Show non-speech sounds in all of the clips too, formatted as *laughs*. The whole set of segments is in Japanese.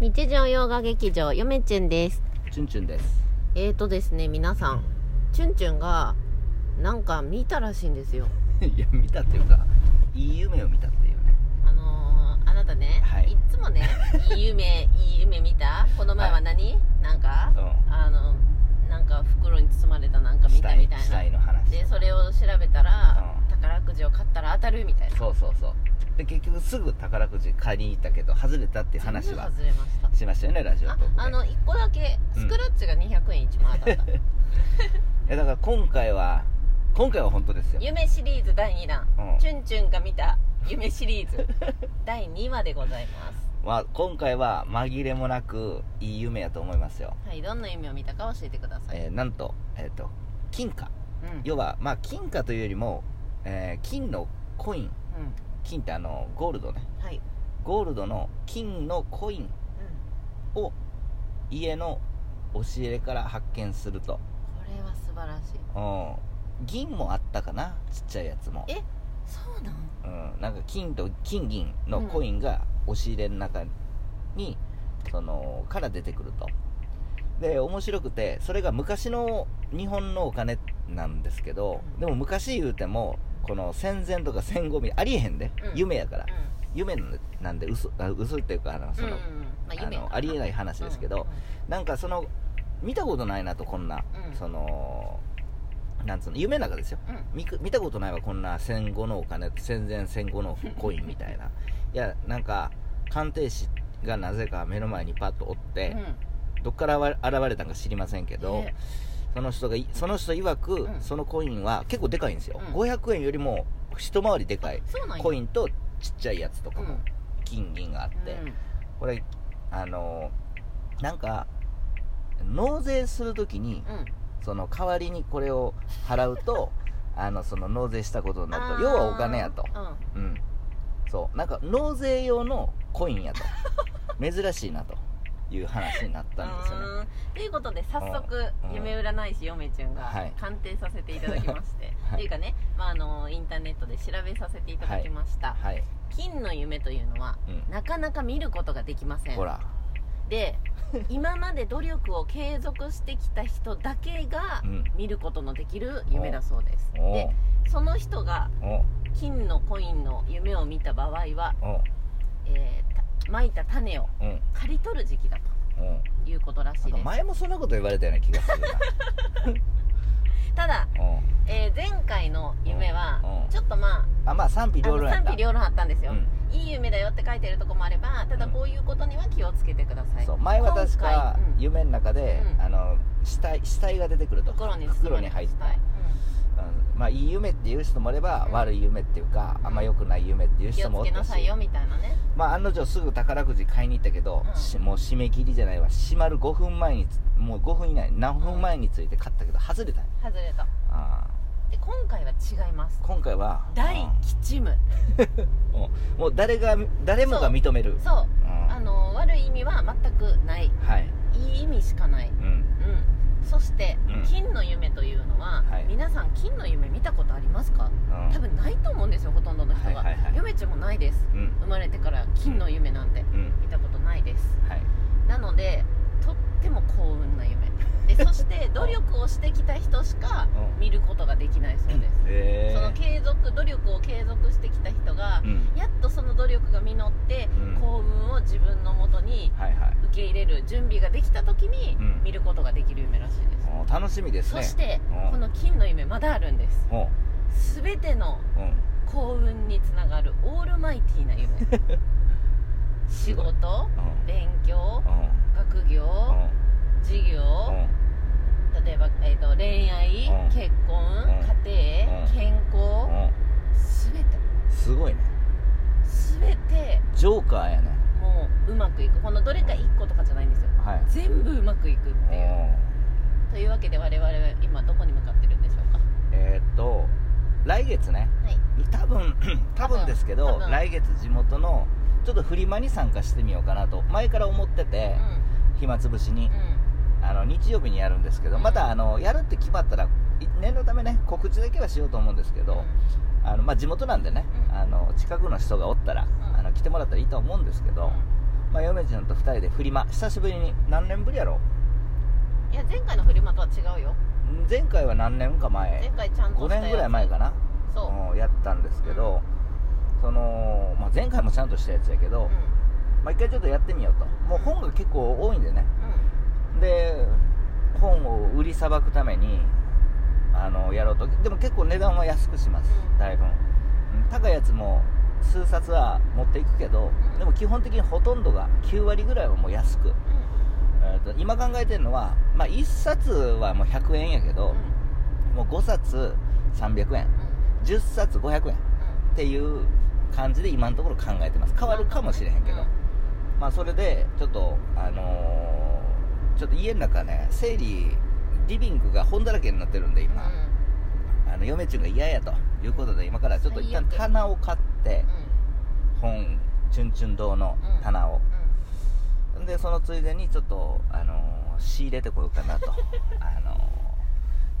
日常洋画劇場よめちゅんですチュンチュンですえーとですね皆さんちゅんちゅんがなんか見たらしいんですよ *laughs* いや見たっていうかいい夢を見たっていうねあのー、あなたね、はいっつも *laughs* ねいい夢いい夢見たこの前は何、なんかうあのなんか袋に包まれたなんかん見たみた死い体のな話でそれを調べたら、うん宝くじを買ったら当たるみたいなそうそうそうで結局すぐ宝くじ買いに行ったけど外れたっていう話は全部外れましたしましたよねラジオトーあクであの1個だけうんスクラッチが200円1枚当たった、いやだから今回は今回は本当です *laughs* よ夢シリーズ第2弾、うんチュンチュンが見た夢シリー *laughs* ズ第2話でございますまあ、今回は紛れもなくいい夢やと思いますよ、はいどんな夢を見たか教えてください、えーなんと,、えー、と金貨うん要は、まあ、金貨というよりも、えー金のコイン金ってあのゴールドねうんはい、ゴールドの金のコインを家の押し入れから発見すると、これは素晴らしいうん、銀もあったかなちっちゃいやつもえ、そうなんうん、なんか金と金銀のコインが押し入れの中に、そのから出てくるとで面白くてそれが昔の日本のお金なんですけどうんでも昔言うてもこの戦前とか戦後みありえへんで、うん夢やからう夢なんでなんで嘘あ嘘っていうかあのそんうんまの、あ、あ夢のありえないい話ですけど、なんかその見たことないなとこんな、うんそのなんつうの夢の中ですようんうんうん見く見たことないわこんな戦後のお金戦前戦後のコインみたいないやなんか鑑定士がなぜか目の前にパッとおって、どっから現れたんか知りませんけど、ねその人がいその人曰く、うんそのコインは結構でかいんですよ、うん500円よりも一回りでかいそうなんやコインとちっちゃいやつとかうんも金銀があって、うんこれあのなんか納税するときにうんその代わりにこれを払う *laughs* とあのその納税したことになるあとー要はお金やとうんうんうんそうなんか納税用のコインや *laughs* と珍しいなという話になったんですよねうーんということで早速うん夢占い師よめちゅんがはい鑑定させていただきま *laughs* して、はいというかね、まあ、あのインターネットで調べさせていただきました、はい、金の夢というのはうん、なかなか見ることができませんほら、で今まで努力を継続してきた人だけがうん、見ることのできる夢だそうですおでその人がおお金のコインの夢を見た場合は、おえーたまいた種をうん刈り取る時期だうんということらしないんでかす前もそんなこと言われたような気がする *laughs* ただなおえー前回の夢はうんちょっとまあまあ賛否ああ両の論やった賛否両論あったんですよ、うんいい夢だよって書いてるとこもあればただうんこういうことには気をつけてください、そう前は確か今回うん夢の中で、うんあの死体死体が出てくると袋に包ま袋れに入った、はいうんまあ、いい夢っていう人もいれば、うん悪い夢っていうかあんま良くない夢っていううん気人をもおつっけなたさいしよ、みたいなねまあ、案の定すぐ宝くじ買いに行ったけど、うんしもう締め切りじゃないわ閉まる5分前につもう5分以内何分前について買ったけど外れた、外れたあで今回は違いますー今回は大あ吉夢ーもう誰が誰もが認めるそううんあの悪い意味は全くないはいいい意味しかないううんんそして、うん金の夢というのは、はい皆さん金の夢見たことありますかうん多分ないと思うんですよほとんどの人が、はいはいはい嫁ちゃんもないですうん生まれてから金の夢なんてうん見たことないですはいなのでとっても幸運な夢でそして努力をしてきた人しかうん見ることができないそうです、えーその継続努力を継続してきた人がう、んやっとその努力が実って、うん幸運を自分のもとにはいはい受け入れる準備ができた時に、うん見ることができる夢らしいです、お楽しみですそねして、うんこの金の夢まだあるんでおす全てのうん幸運につながるオールマイティーな夢 *laughs* 仕事うん勉強う学業んうん事業例えば、えー、と恋愛うん結婚うん家う庭ん健康うん全てうんすごいね全てジョーカーやねもううまくいくこのどれか1個とかじゃないんですよはい全部うまくいくっていうというわけで我々は今どこに向かってるんでしょうかえーっと来月ねはい多分多分ですけ多ど分来月地元のちょっとフリマに参加してみようかなと前から思ってて暇つぶしにうんうんあの日曜日にやるんですけどうんまたあのやるって決まったらい念のためね告知だけはしようと思うんですけどあのまあ地元なんでねうんあの近くの人がおったらんあの来てもらったらいいと思うんですけうんどまあ、嫁ちゃんと2人でフリマ久しぶりに何年ぶりやろいや前回のフリマとは違うよ前回は何年か前前回ちゃんと5したやつ年ぐらい前かなそううんやったんですけど、その、まあ、前回もちゃんとしたやつやけど、うまあ、一回ちょっとやってみようともう本が結構多いんでねんうんで本を売りさばくためにあのやろうとでも結構値段は安くしますうんだいぶうん高いやつも数冊は持っていくけどうんでも基本的にほとんどが9割ぐらいはもう安く、えーと今考えてるのは、まあ、1冊はもう100円やけうんど、もう5冊300円10冊500円っていう感じで今のところ考えてます変わるかもしれへんけど、まあそれでちょっとあのーちょっと家の中ね整理リビングが本だらけになってるんでうん今、あの嫁ちゃんが嫌やということで今からちょっと一旦最悪棚を買って本チュンチュン堂の棚を、でそのついでにちょっと、あのー仕入れてこようか *laughs* なとあの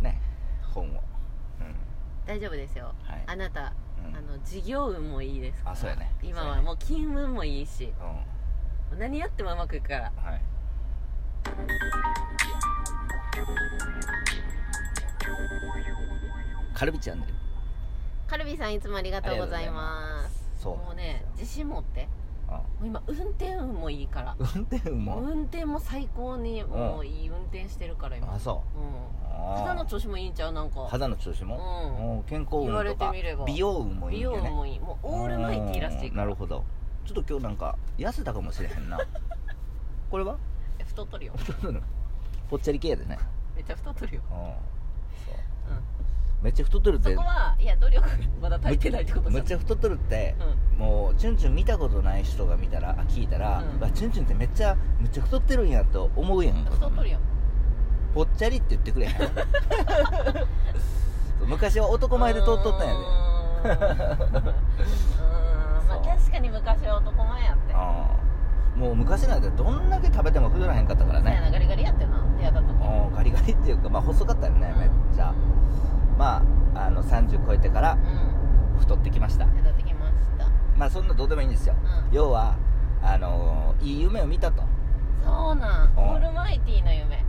ーね本をうん大丈夫ですよはいあなたうんあの事業運もいいですからあそうやね今そうやはねもう金運もいいしうん何やってもうまくいくからはいカルビチャンネルカルビさんいつもありがとうございますそうもうね自信持ってあもう今運転運もいいから運転も、運転も最高にもういい運転してるから今あそううんあー肌の調子もいいんちゃうなんか肌の調子うんも、うん健康言わ運れとてかみれば美容運もいい美んだ容よねもいいもうオールマイティーらしいうんかならるほどちょっと今日なんか痩せたかもしれへ *laughs* んなこれはえ太っとるよぽっちゃり系やでねめっちゃ太っとるようんそううめっちゃ太っとるっんそてこはいや努力がまだ足りてないってことじめゃっちゃゃ太っとるってうんもうチュンチュン見たことない人が見たらあ聞いたら、うんわチュンチュンってめっちゃめっちゃ太ってるんやと思うやん太っとるやんぽっちゃりって言ってくれへん *laughs* そう昔は男前で通っとったんやでうーんうーんまあそう確かに昔は男前やってああもう昔なんてどんだけ食べても太らへんかったからそうやねなガリガリやってな出会った時おガリガリっていうかまあ細かったよねめっちゃまああの30超えてからうん太ってきました出てきましたまあそんなどうでもいいんですようん要はあのーいい夢を見たとそうなんおオールマイティーな夢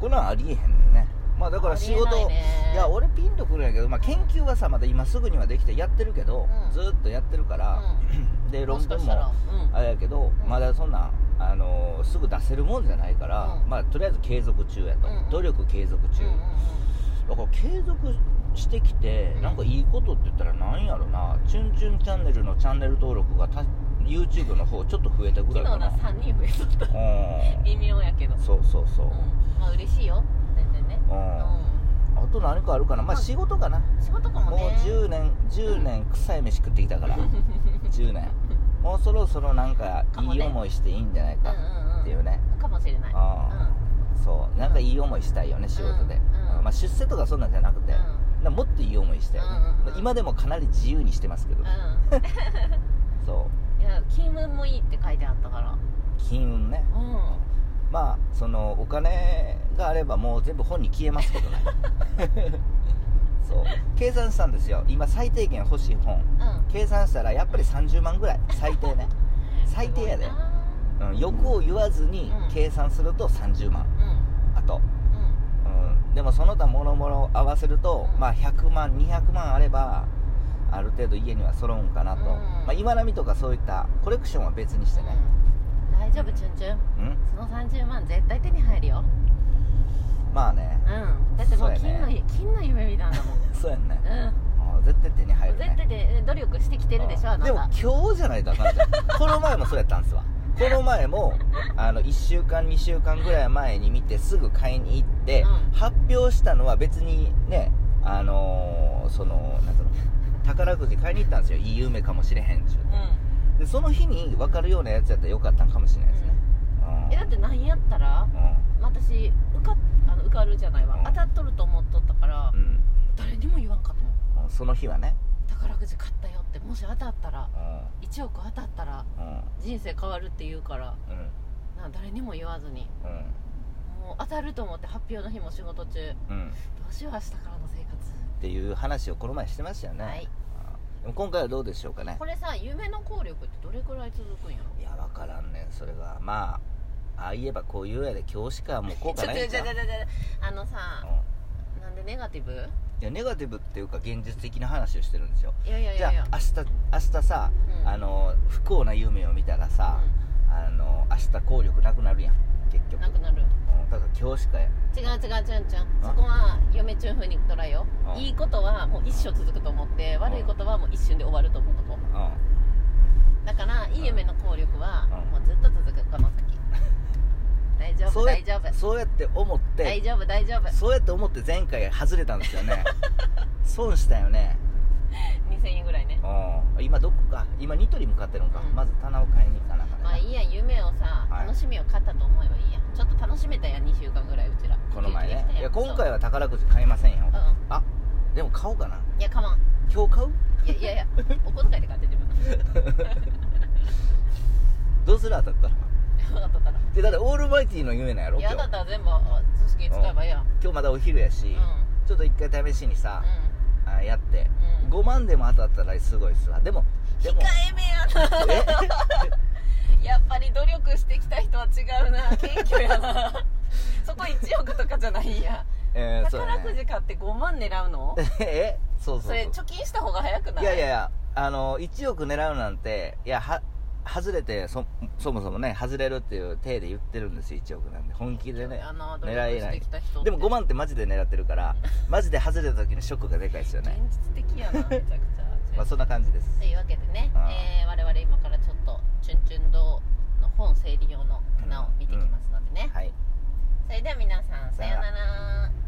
こんなんありえへんねまあだから仕ありえ事ないねいや俺ピンとくるんやけど、まあ、研究はさまだ今すぐにはできてやってるけど、うんずーっとやってるから、でうんも論しか文したらもうんあれやけど、うんまだそんなん、あのーすぐ出せるもんじゃないから、うんまあとりあえず継続中やと、うんうん努力継続中、だから継続してきてうんなんかいいことって言ったらなんやろな「チュンチュンチャンネル」のチャンネル登録がた YouTube の方ちょっと増えたぐ昨らい日かなな3人増えとったう微妙やけどんそうそうそう、うんまあ嬉しいよ全然ねうんうあと何かあるかなまあまあ仕事かな、ん仕事かもねもう10年10年臭い飯食ってき *laughs* たから10年もうそろそろなんかかもいねい思いしていいんじゃないかうんうんっていうね、うんかもしれないああそうなんかいい思いしたいよね仕事で、うんうんまあ、出世とかそんなんじゃなくて、うんなもっといい思いしたよね、うんうん今でもかなり自由にしてますけど、うそんいや金運もいいって書いてあったからう金運ねうんまあそのお金があればもう全部本に消えますけ *laughs* どねそう計算したんですよ今最低限欲しい本うん計算したらやっぱり30万ぐらい最低ね最低やで、うん、欲を言わずにうん計算すると30万うんあと、うん、でもその他もろもろ合わせると、うんまあ100万200万あればある程度家には揃うんかなと、うんまあ、今並みとかそういったコレクションは別にしてね、うん大丈夫チュンチュンうん、その30万絶対手に入るよまあねうんだってもうそう金やのね金の夢見たんだもんそうやんね、うあ絶対手に入んるね絶対で努力してきてるでしょうあんなでもた今日じゃないとあか *laughs* んじゃんこの前もそうやったんですわこの前もあの1週間2週間ぐらい前に見てすぐ買いに行って、うん発表したのは別にねあのーそのなんつうの宝くじ買いに行ったんですよいい夢かもしれへんっちゅううんてでその日に分かるようなやつやったらよかったんかもしれないですねうんえだって何やったら私受かっあの受かるじゃないわうん当たっとると思っとったからうんうん誰にも言わんかと思ううんその日はね宝くじ買ったよってもし当たったらう1億当たったらんうん人生変わるって言うからうんな誰にも言わずにうんもう当たると思って発表の日も仕事中どうんうしよう明日からの生活っていう話をこの前してましたよね、はいでも今回はどうでしょうかねこれさ夢の効力ってどれくらい続くんやろいや分からんねんそれがまあああ言えばこういうやで今日しかもう効ち果ょっとないんちじょゃっうとうちょっんいとあのさなんでネガティブやネガティブっていうか現実的な話をしてるんですよいやいやいじゃやいやあ明日明日さ、うんあの不幸な夢を見たらさ、あの明日効力なくなるやん結うん局なくなるうんだから今日しかや違う違うちゃんちゃんそこは嫁チュン風に捉えようんいいことはもう一生続くと思って悪いことはもう一瞬で終わると思うとこうんだからいい夢の効力はうんもうずっと続くこの先大丈夫そうや大丈夫そうやって思って大丈夫大丈夫そうやって思って前回外れたんです *laughs* よね損したよね2000円ぐらいねうん今どこか今ニトリ向かってるのか、うんまず棚を買いに行かなあかんねんなまあいいや夢をさはい楽しみを買ったと思えばいいやちょっと楽しめたやん2週間ぐらいうちらこの前休憩ねしたやんいや今回は宝くじ買いませんよ、そううんあでも買おうかないやかまん今日買ういやいやいやお小遣いで買って自分のどうする当たったら分かったったらでだってオールマイティの夢なんやろいや今日だったら全部あ組織使えばいいやん今日まだお昼やし、うんうんちょっと一回試しにさ、あやって、うん5万でも当たったらすごいっすわでもで控もえめやなえやっぱり努力してきた人は違うな謙虚や *laughs* なそこ1億とかじゃないやえーそうや宝くねじ買って5万狙うの *laughs* えそうそうそれそ貯う金した方が早くないいやいやいやあの1億狙うなんていやは外れてそそもそもね外れるっていう体で言ってるんですよ1億なんで本気でねあの努狙力えしなていきた人ってでも5万ってマジで狙ってるからマジで外れた時のショックがでかいですよ現ね実的やなめちゃくちゃ *laughs* まあそんな感じですというわけでね、ああえー我々今からちょっと「チュンチュン堂」の本整理用の棚を見てきますのでね、はいそれでは皆さんさようなら